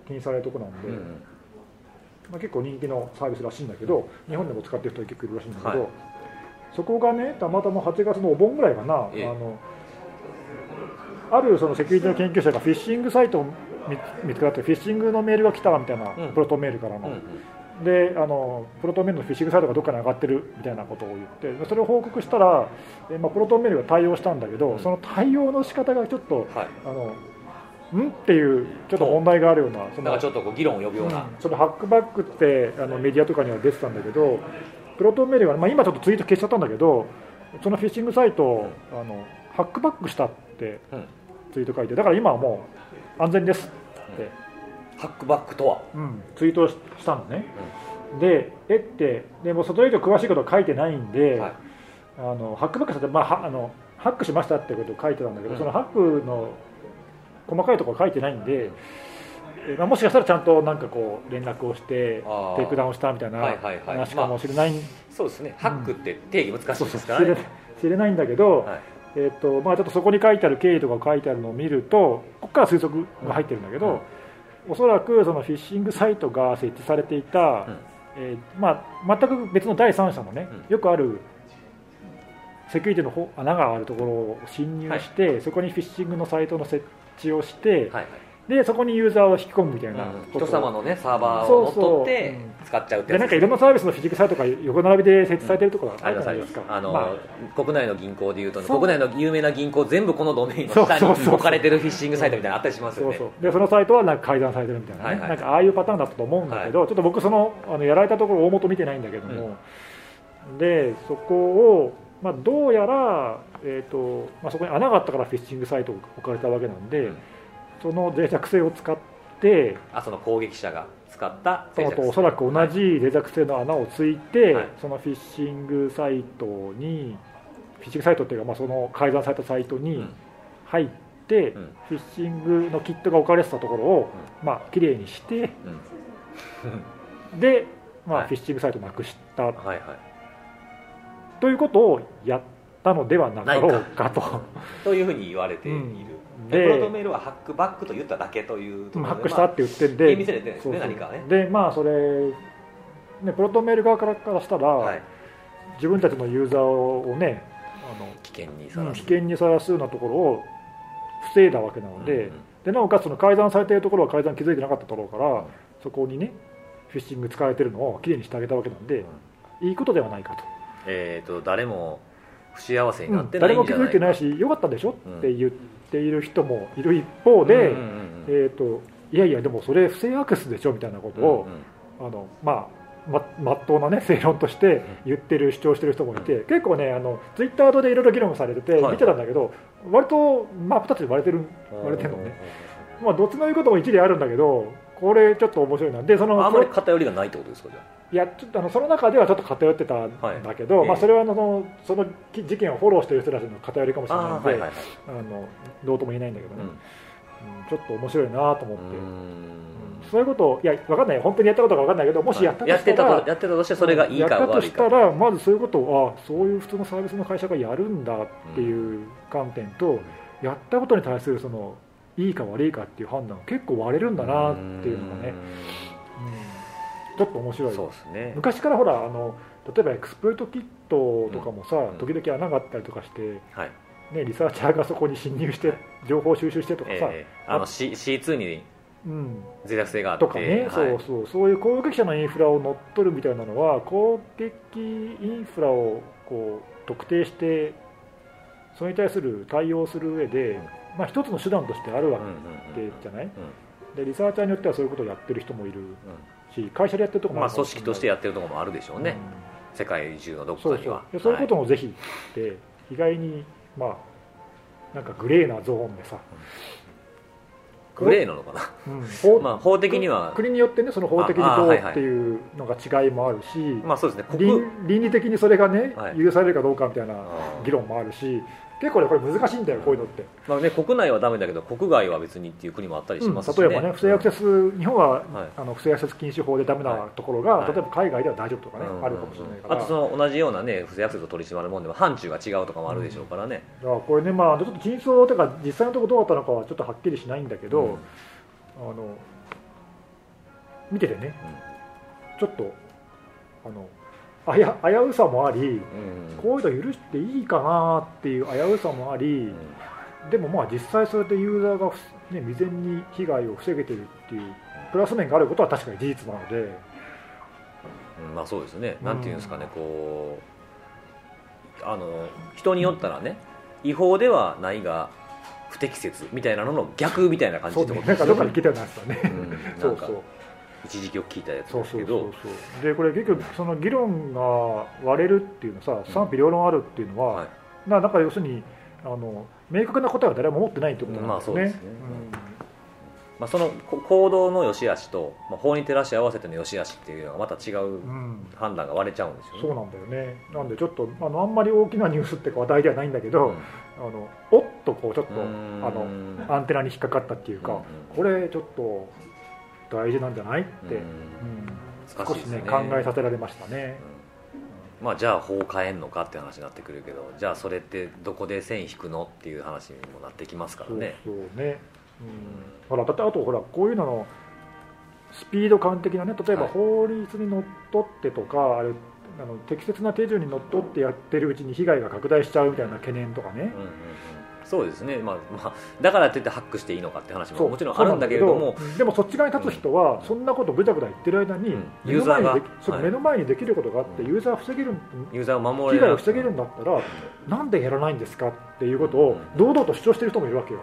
気にされるとこなんで、うんまあ、結構人気のサービスらしいんだけど日本でも使ってる人結構いるらしいんだけど、はいそこがねたまたま8月のお盆ぐらいかな、ええあのあるそのセキュリティの研究者がフィッシングサイトを見見つかってフィッシングのメールが来たみたいな、うんプロトンメールからの、うんであのプロトンメールのフィッシングサイトがどっかに上がってるみたいなことを言ってでそれを報告したら、えまあ、プロトンメールが対応したんだけど、うんその対応の仕方がちょっとはいあのんっていうちょっと問題があるようなそのなんかちょっとこう議論を呼ぶような、そのハックバックってあのメディアとかには出てたんだけど、プロトンメールが、まあ、今ちょっとツイート消しちゃったんだけど、そのフィッシングサイトを、あのハックバックしたってうんツイート書いて、だから今はもう安全ですって、ハックバックとはうんツイートしたのね。で、えって、でもうそれ以上詳しいことは書いてないんで、はいあのハックバックしたって、まあはあの、ハックしましたってことを書いてたんだけど、うんそのハックの細かいところは書いてないんで、えまあ、もしかしたらちゃんとなんかこう連絡をして、あーテイクダウンしたみたいなはいはいはい話かもしれない、そうですねハックって定義難しいですから知ね、れ知れないんだけど、はいえっとまあ、ちょっとそこに書いてある経緯とか書いてあるのを見ると、ここから推測が入ってるんだけど、おそらくそのフィッシングサイトが設置されていた、んえーまあ、全く別の第三者のね、よくあるセキュリティのほ穴があるところを侵入して、そこにフィッシングのサイトの設置をして、はいはいでそこにユーザーを引き込むみたいなうんこと人を様のねサーバーを乗っ取っそてうそうう使っちゃうってでやつなんかいろんなサービスのフィジカルとか横並びで設置されてるところがあありるじますゃあないでりますすか、あの、まあ国内の銀行でいうとねそう国内の有名な銀行全部このドメインの下そうにそうそう置かれてるフィッシングサイトみたいなのあったりしますそようねそうでそのサイトはなんか改ざんされてるみたいな、ねはいはいなんかああいうパターンだったと思うんだけど、ちょっと僕そのあのやられたところ大元見てないんだけども、でそこを、まあ、どうやら、えーとまあ、そこに穴があったからフィッシングサイトが置かれたわけなんで、うんその脆弱性を使ってあその攻撃者が使ったそうとおそらく同じ脆弱性の穴をついて、はいそのフィッシングサイトにフィッシングサイトっていうか、まあ、その改ざんされたサイトうにん入って、うんフィッシングのキットが置かれてたところを、まあ綺麗にしてうんで、まあはいフィッシングサイトなくしたはいはいということをやったのではなかろうかと。 (laughs) というふうに言われている、うんででプロトメールはハックバックと言っただけというところでハックしたまって言ってんあで、厳密には言ってそうそうないですね何かはねでまあそれ、ね、プロトンメール側からからしたら、はい、自分たちのユーザーをね危険にあさのら危す険にさらすようなところを防いだわけなので,、うんうんでなおかつその改ざんされているところは改ざん気づいてなかっただろうから、そこにねフィッシング使われてるのをきれいにしてあげたわけなんで、いいことではないかと、えー、と誰も不幸せになってな誰いもん気じゃなづいいてか、ないしよかったでしょうんって言っている人もいる一方で、うんうんうんえー、といやいやでもそれ不正アクセスでしょみたいなことを、うんうあんのまあままっとうな、ね、正論として言ってる主張してる人もいて、結構ねあのツイッター上でいろいろ議論されてて、はい見てたんだけど割と真っ二つに割れてる割れてるのね、まあ、どっちの言うことも一理あるんだけどこれちょっと面白いなでそのあんまり偏りがないってことですかじゃいやちょっとあのその中ではちょっと偏ってたんだけど、はいまえあ、えそれはあのそのき事件をフォローしてる人たちの偏りかもしれないああのーではいはいはい、あのどうとも言えないんだけどうね、んうんちょっと面白いなと思うって、んそういうことをいや分かんない本当にやったことが分かんないけどもしやったとやっしたてら、たとやってたとしてそれがいいやかったと悪しいたからまずそういうことをあそういう普通のサービスの会社がやるんだっていう観点と、やったことに対するそのいいか悪いかっていう判断結構割れるんだなっていうのがね、うんちょっと面白いそうですね昔からほらあの例えばエクスプロイトキットとかもさ、ん時々穴があったりとかして、はいね、リサーチャーがそこに侵入して情報収集してとかさ、えーあの C- C2 にうん、脆弱性があってとかね、はいそうそうそういう攻撃者のインフラを乗っ取るみたいなのは攻撃インフラをこう特定してそれに対する対応する上で、うんまあ、一つの手段としてあるわうんうんけうんじゃない、でリサーチャーによってはそういうことをやってる人もいるうし会社でやってるとこんもまあ、組織としてややってるところもあるでしょうね、世界中のどこそうかにそうはでそういうことはもぜひって意外にまあなんかグレーなゾーンでさ、いグレーなのかな、うん法まあ、法的には、国によってねその法的にああどうはいはいっていうのが違いもあるし、まあ、そうですね国倫倫理的にそれがね、はい許されるかどうかみたいなあー議論もあるし結構ねこれ難しいんだよこういうのって、まあね、国内はダメだけど国外は別にっていう国もあったりしますし、ね例えばね不正アクセス、日本は、はいあの不正アクセス禁止法でダメなところが、はい例えば海外では大丈夫とかね、うんあるかもしれないかあらとその同じような、ね、不正アクセスを取り締まるもんでも範疇が違うとかもあるでしょうからね、だからこれねまあちょっと真相とか実際のところどうだったのかはちょっとはっきりしないんだけど、うんあの見ててねちょっとあのあや危うさもありうんこういうの許していいかなっていう危うさもあり、うんでもまあ実際それでユーザーがふす、ね、未然に被害を防げてるっていうプラス面があることは確かに事実なので、うんまあそうですね、うんなんていうんですかね、こうあの人によったらね、違法ではないが、不適切みたいなのの逆みたいな感じそっうてねこ、となでんかすどよっかで聞いね。たようなやつだね。 (laughs) うん (laughs) なそんうかそう一時期を聞いたやつそうですそけうそどう、そうでこれ結局その議論が割れるっていうのさ賛否両論あるっていうのは、はいななんか要するにあの明確な答えは誰も持ってないってことなんですよまあそうでねすね。まあ、そのこ行動の良し悪しと、まあ、法に照らし合わせての良し悪しっていうのがまた違ううんうん判断が割れちゃうんですよね。そうなんだよねなんでちょっとあのあんまり大きなニュースって話題ではないんだけど、うんあのおっとこうちょっとうあのんアンテナに引っかかったっていうか、これちょっと大事なんじゃないって、ううんん難少しいしですねね考えさせられましたね、まあ、じゃあ法を変えんのかって話になってくるけどじゃあそれってどこで線引くのっていう話にもなってきますからそうねそうね、うん、ほらだってあとほらこういうののスピード感的なね例えばはい法律にのっとってとか、あれあの適切な手順にのっとってやってるうちに被害が拡大しちゃうみたいな懸念とかねうん、うんうんそうですね、まあまあ、だからって言ってハックしていいのかってそ話もうもちろんあるんだけれどそうなんもだけどでもそっち側に立つ人はそんなことぐだぐだ言ってる間にうん目の前にできユーザーがそうはい目の前にできることがあってうんユーザーを防げるユーザーを守被れな害をい防げるんだったらなんでやらないんですかっていうことを堂々と主張してる人もいるわけよ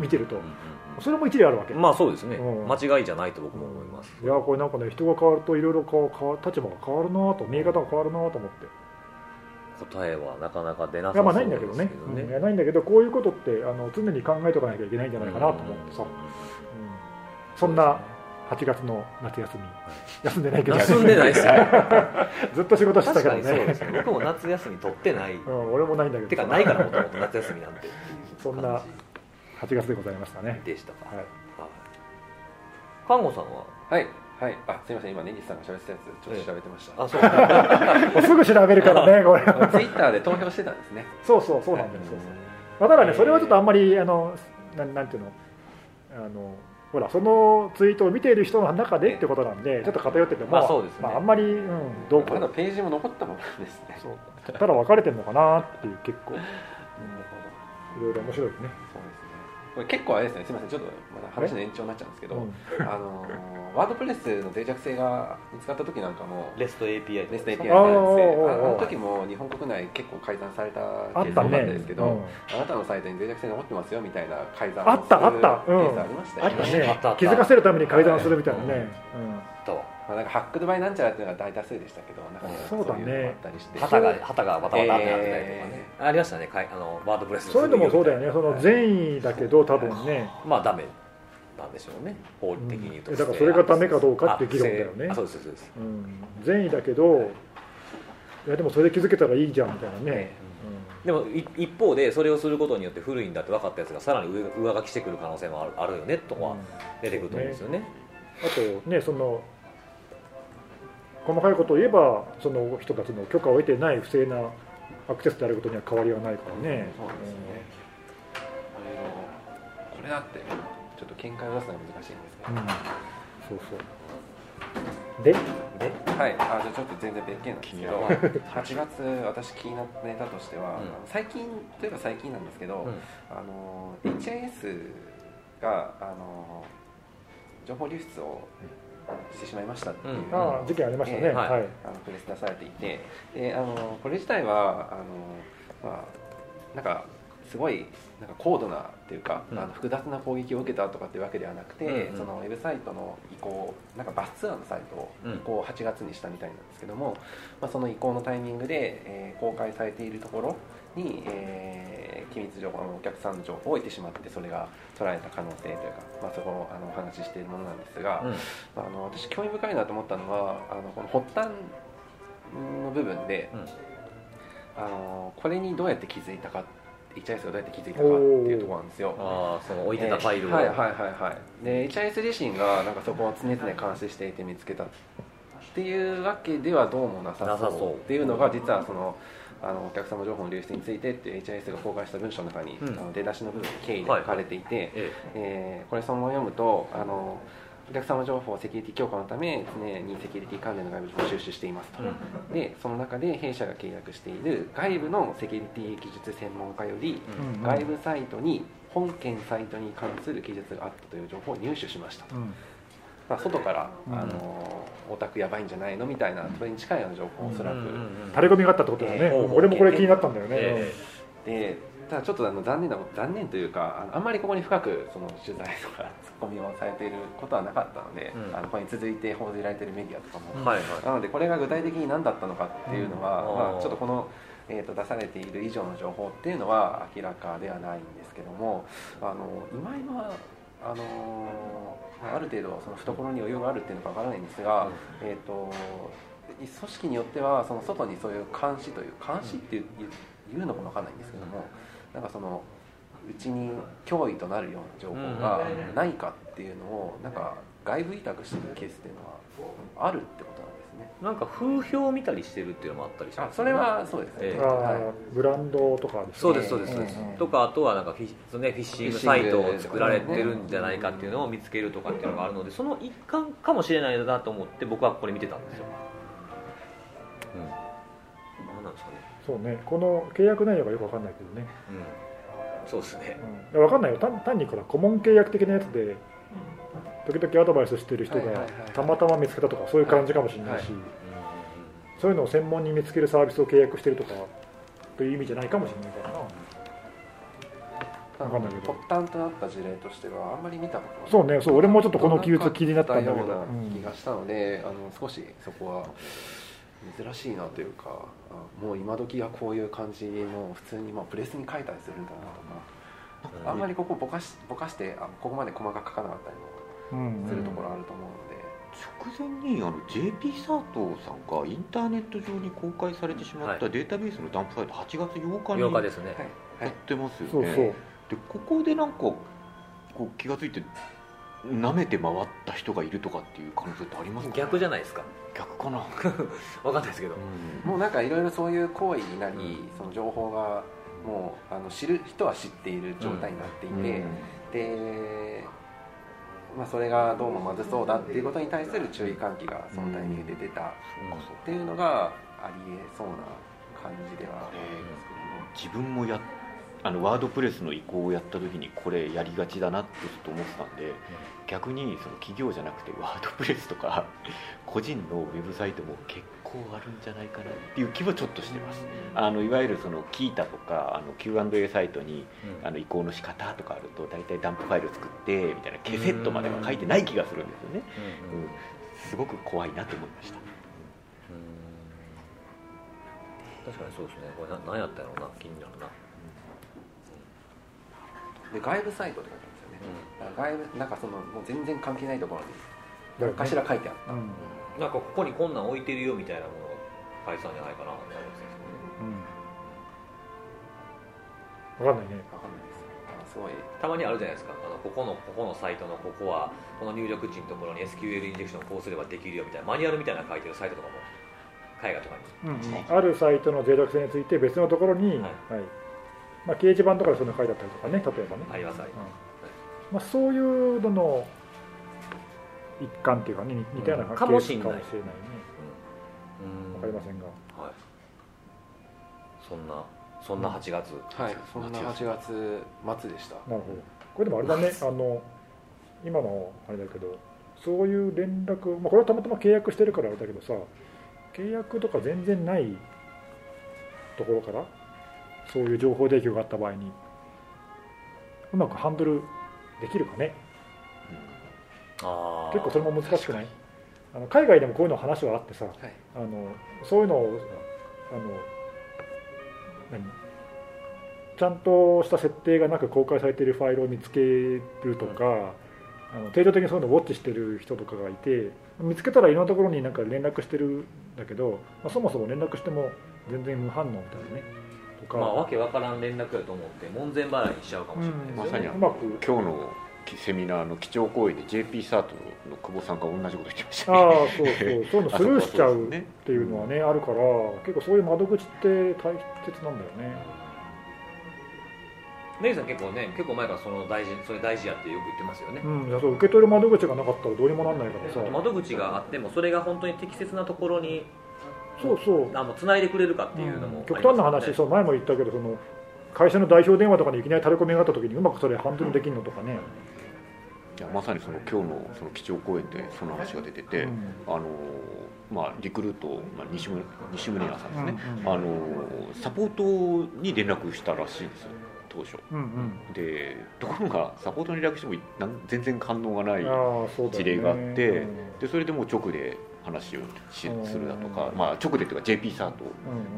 見てるとそれも一理あるわけまあそうですね、うん間違いじゃないと僕も思います、いやこれなんかね人が変わるといろいろこう変わ立場が変わるなと見え方が変わるなと思って答えはなかなか出ないさやそまあなうでいんだけどすけねどうんいねやないんだけどこういうことってあの常に考えとかなきゃいけないんじゃないかなと思ってさ、うんうんそんな8月の夏休み、休んでないけど休んでないですよ (laughs) ずっと仕事してたか確からにそうでねすね僕も夏休み取ってないうん、俺もないんだけどてかないからもともと夏休みなんてそんな8月でございましたね、でしたかはい、看護さんははいはいあすいません今根岸さんが喋ってたやつちょっと調べてました、あそうか (laughs) もうすぐ調べる (laughs) からねこれツイッターで投票してたんですねそう (laughs) そうそうなんだよ、そうそうまあただねそれはちょっとあんまりあのななんていうのあのほらそのツイートを見ている人の中でってことなんでちょっと偏ってても、まあそうですねまあ、あんまり、うん、どうこまだうページも残ったままなんですねそうただ分かれてるのかなっていう結構いなるほどろいろ面白いね、そうですねこれ結構あれですねすみませんちょっとまだ話の延長になっちゃうんですけうど、ん、あのーワードプレスの脆弱性が見つかった時なんかもレスト API レスト API とかですに対してかああーあの時も日本国内結構改ざんされたあっケーたス多かっねたですけど、うんあなたのサイトに脆弱性残ってますよみたいな改ざんあったあったケうんースありましたあっよたね、ねあったあった気づかせるために改ざんするみたいなね、うんったわまあ、なんかハックドバイなんちゃらっていうのが大多数でしたけどなかなかそうだねいうのもあったりして旗が旗がバタバタってなってたりとかねえ、ありましたねかいあのワードプレスそういうのもそうだよねねその善意だけど多分ねまあダメなんでしょうね法律的に言うと、うんだからそれがダメかどうかって議論だよねあそうですそうですうん、善意だけどいやでもそれで気づけたらいいじゃんみたいなね、でもい一方でそれをすることによって古いんだって分かったやつがさらに上上書きしてくる可能性もあるあるよねとうんか出てくると思うんですよねあとねその細かいことを言えばその人たちの許可を得てない不正なアクセスであることには変わりはないからね、そうなんですよねこれをこれだってちょっと見解を出すのが難しいんですけどうん、そうそうでではい、あじゃあちょっと全然別件なんですけど気にな8月私気になったネタとしては、うんあの最近といえば最近なんですけど、うんあの HIS があの情報流出をしてしまいましたっていう、うんああ事件ありましたね、ええはい、はいあのプレス出されていてであのこれ自体はあの、まあ、なんかすごいなんか高度なっていうか、うんあの複雑な攻撃を受けたとかっていうわけではなくて、うんうんそのウェブサイトの移行なんかバスツアーのサイトをうん移行を8月にしたみたいなんですけども、まあ、その移行のタイミングで、えー公開されているところに、えー機密情報あのお客さんの情報を置いてしまってそれが取られた可能性というか、まあ、そこをあのお話ししているものなんですが、うんあの私興味深いなと思ったのはあのこの発端の部分で、うんあのこれにどうやって気づいたか HIS がどうやって気づいたかっていうところなんですよ。ああその置いてたファイルえを、ーはいはいはいはいで HIS 自身がなんかそこを常々監視していて見つけたっていうわけではどうもなさなそうさそうっていうのが実はそのあのお客様情報の流出についてっていう HIS が公開した文章の中に、うんあの出だしの部分に経緯で書かれていて、ええーこれそのまま読むとあのお客様情報セキュリティ強化のため常にセキュリティ関連の外部情報を収集していますと、でその中で弊社が契約している外部のセキュリティ技術専門家よりえうん外部サイトに本件サイトに関する記述があったという情報を入手しましたと、うんまあ、外から、うんあのオタクやばいんじゃないのみたいなそれに近いような情報をおそらく、垂れ込みがあったってことだよね、ええうん俺もこれ気になったんだよね、えでただちょっとあの残念な残念というかあのあんまりここに深くその取材とか (laughs) ツッコミをされていることはなかったので、うんあのこれに続いて報じられているメディアとかも、えはいはいなのでこれが具体的に何だったのかっていうのは、うんまああ、ーちょっとこの、えー、と出されている以上の情報っていうのは明らかではないんですけどもあの今今あのまあある程度その懐に余裕があるっていうのかわからないんですが、えー、と組織によってはその外にそういう監視という監視っていう言うのかわからないんですけどもなんかそのうちに脅威となるような情報がないかっていうのをなんか外部委託してるケースっていうのはあるってことなんですね。なんか風評を見たりしてるっていうのもあったりしたんあですそよれねはそうですね、ええあはーブランドとかですねそうですそうですそうです、んんとかあとはなんかフィ,、ね、フィッシングサイトを作られてるんじゃないかっていうのを見つけるとかっていうのがあるのでその一環かもしれないなと思って僕はこれ見てたんですよ、うん、なんなんですかね、そうねこの契約内容がよくわかんないけどね、うん、そうですねうんいや、わかんないよ単単にこれ顧問契約的なやつで時々アドバイスしてる人はいはいがはいはいたまたま見つけたとかそういう感じかもしれないし、そういうのを専門に見つけるサービスを契約してるとかという意味じゃないかもしれないからない、なわんかかんないけど発端となった事例としてはあんまり見たことそうねねそう俺もちょっとこの記述気になったんだけど、ような気うんがしたので、あの少しそこは珍しいなというかあもう今時はこういう感じの普通にまあプレスに書いたりするんだなとか、あんまりここぼかしぼかしてあここまで細かく書かなかったりもうんするところあると思うので、直前にあの JP 佐藤さんがインターネット上に公開されてしまったデータベースのダンプサイト8月8日8日でにすね、はいはやっいてますよそうねそうでここでなんかこう気が付いて舐めて回った人がいるとかっていう可能性ってありますか、ね、逆じゃないですか逆かな、分かんないですけど、もうなんかいろいろそういう行為になり、うんその情報がもうあの知る人は知っている状態になっていて、で、まあ、それがどうもまずそうだっていうことに対する注意喚起がそのタイミングで出たっうんていうのがありえそうな感じではあこるれんですけども。自分もやあのワードプレスの移行をやった時にこれやりがちだなってちょっと思ってたんで、逆にその企業じゃなくてワードプレスとか個人のウェブサイトも結構あるんじゃないかなっていう気はちょっとしてます、あのいわゆるそのキータとかあの Q&A サイトにあの移行の仕方とかあると大体ダンプファイル作ってみたいな消せとまでは書いてない気がするんですよね、うんうんすごく怖いなと思いました確かにそうですねこれな何やったやろうな気になるな、で外部サイトって書いてあるんですよね、だから外部なんかそのもう全然関係ないところにだよね何かしら書いてあった、うんなんかここにこんなん置いてるよみたいなものが返さんじゃないかなって思うんですうん、わかんないねわかんないですあのすごけいどたまにあるじゃないですかあのここのここのサイトのここはこの入力値のところに SQL インジェクションをこうすればできるよみたいなマニュアルみたいなの書いてるサイトとかも絵画とかにあるサイトの脆弱性について別のところに、ははいまあ、掲示板とかでそういうの書いてあったりとかね例えばね、ありますありうんまあ、そういうのの一環っていうかね似似たようなう関ん係かもしんないかもしれないねわかりませんが、はい、そんなそんな8月、はいそんな8月末でしたなるほどこれでもあれだねあの今のあれだけどそういう連絡、まあ、これはたまたま契約してるからあれだけどさ契約とか全然ないところからそういう情報提供があった場合にうまくハンドルできるかねあー結構それも難しくないあの海外でもこういうの話はあってさはいあのそういうのをあの何ちゃんとした設定がなく公開されているファイルを見つけるとか、あの定常的にそういうのをウォッチしてる人とかがいて見つけたらいろんなところになんか連絡してるんだけど、まあ、そもそも連絡しても全然無反応みたいなねとか、まあわけわからん連絡やと思って門前払いにしちゃうかもしれないですよね、まさにあうのまく今日のセミナーの基調講演で JP サートの久保さんが同じこと言ってましたああね。そうそうそういうのスルーしちゃうっていうのはねあるから結構そういう窓口って大切なんだよね。ネギさん結構ね結構前からその大事それ大事やってよく言ってますよね、うん、いやそう受け取る窓口がなかったらどうにもなんないからさ、窓口があってもそれが本当に適切なところにそうそう、あの繋いでくれるかっていうのも、極端な話、そう前も言ったけどその会社の代表電話とかにいきなりタレコミがあった時にうまくそれハンドルできるのとかね、いやまさにその今日のその基調講演でその話が出てて、うんあのまあリクルート、まあ、西村西村屋さんですね。うんうんあのサポートに連絡したらしいんですよ当初。うんうんでところがサポートに連絡してもなん全然反応がない。ああそうだよね事例があってうんでそれでもう直で話をしうんするだとか、まあ直でというか JP サート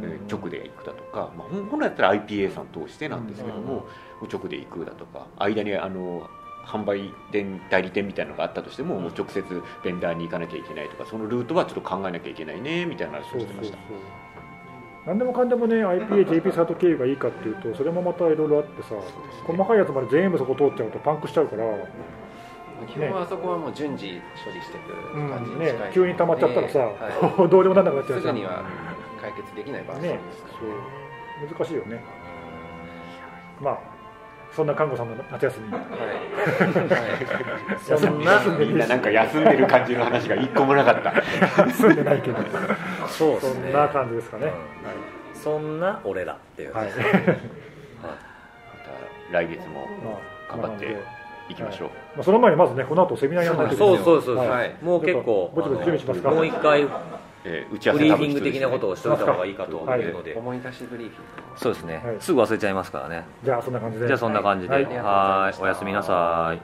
うんうんえー直で行くだとか、まあ、ほん本来だったら IPA さん通してなんですけどうんうんも、直で行くだとか間にあの販売店代理店みたいなのがあったとしても,、もう直接ベンダーに行かなきゃいけないとかそのルートはちょっと考えなきゃいけないねみたいな話をそうしそうてましそうた何でもかんでもね IPA、JP サート経由がいいかっていうとそれもまたいろいろあってさ細かいやつまで全部そこ通っちゃうとパンクしちゃうから、基本はそこはもう順次処理していくうん感じに近いねので、急に溜まっちゃったらさ、 (laughs) はどうでもなんなくなっいちゃすうじゃぐんには解決できない場合もあねりますからねそう難しいよねまあそんな看護さんの夏休みそんな休んでみんるななんか休んでる感じの話が一個もなかった (laughs) 休んでないけどそうでそすねんな感じですかね、そんな俺らっていう、はい来月もまあ頑張って行きましょう、まあ、その前にまずねこの後セミナーやらないといけなそいうそうそう、はいもう結構ぼちぼち準備しますかあのもう一回ブえー打ち合わせリー多フ分ィン必要ですグね的なことをしといた方がいいかというので、はい、思い出しブリーフィングそうですね、はいすぐ忘れちゃいますからねじゃあそんな感じでじゃあそんな感じで、はいありがとうございはましーたいおやすみなさい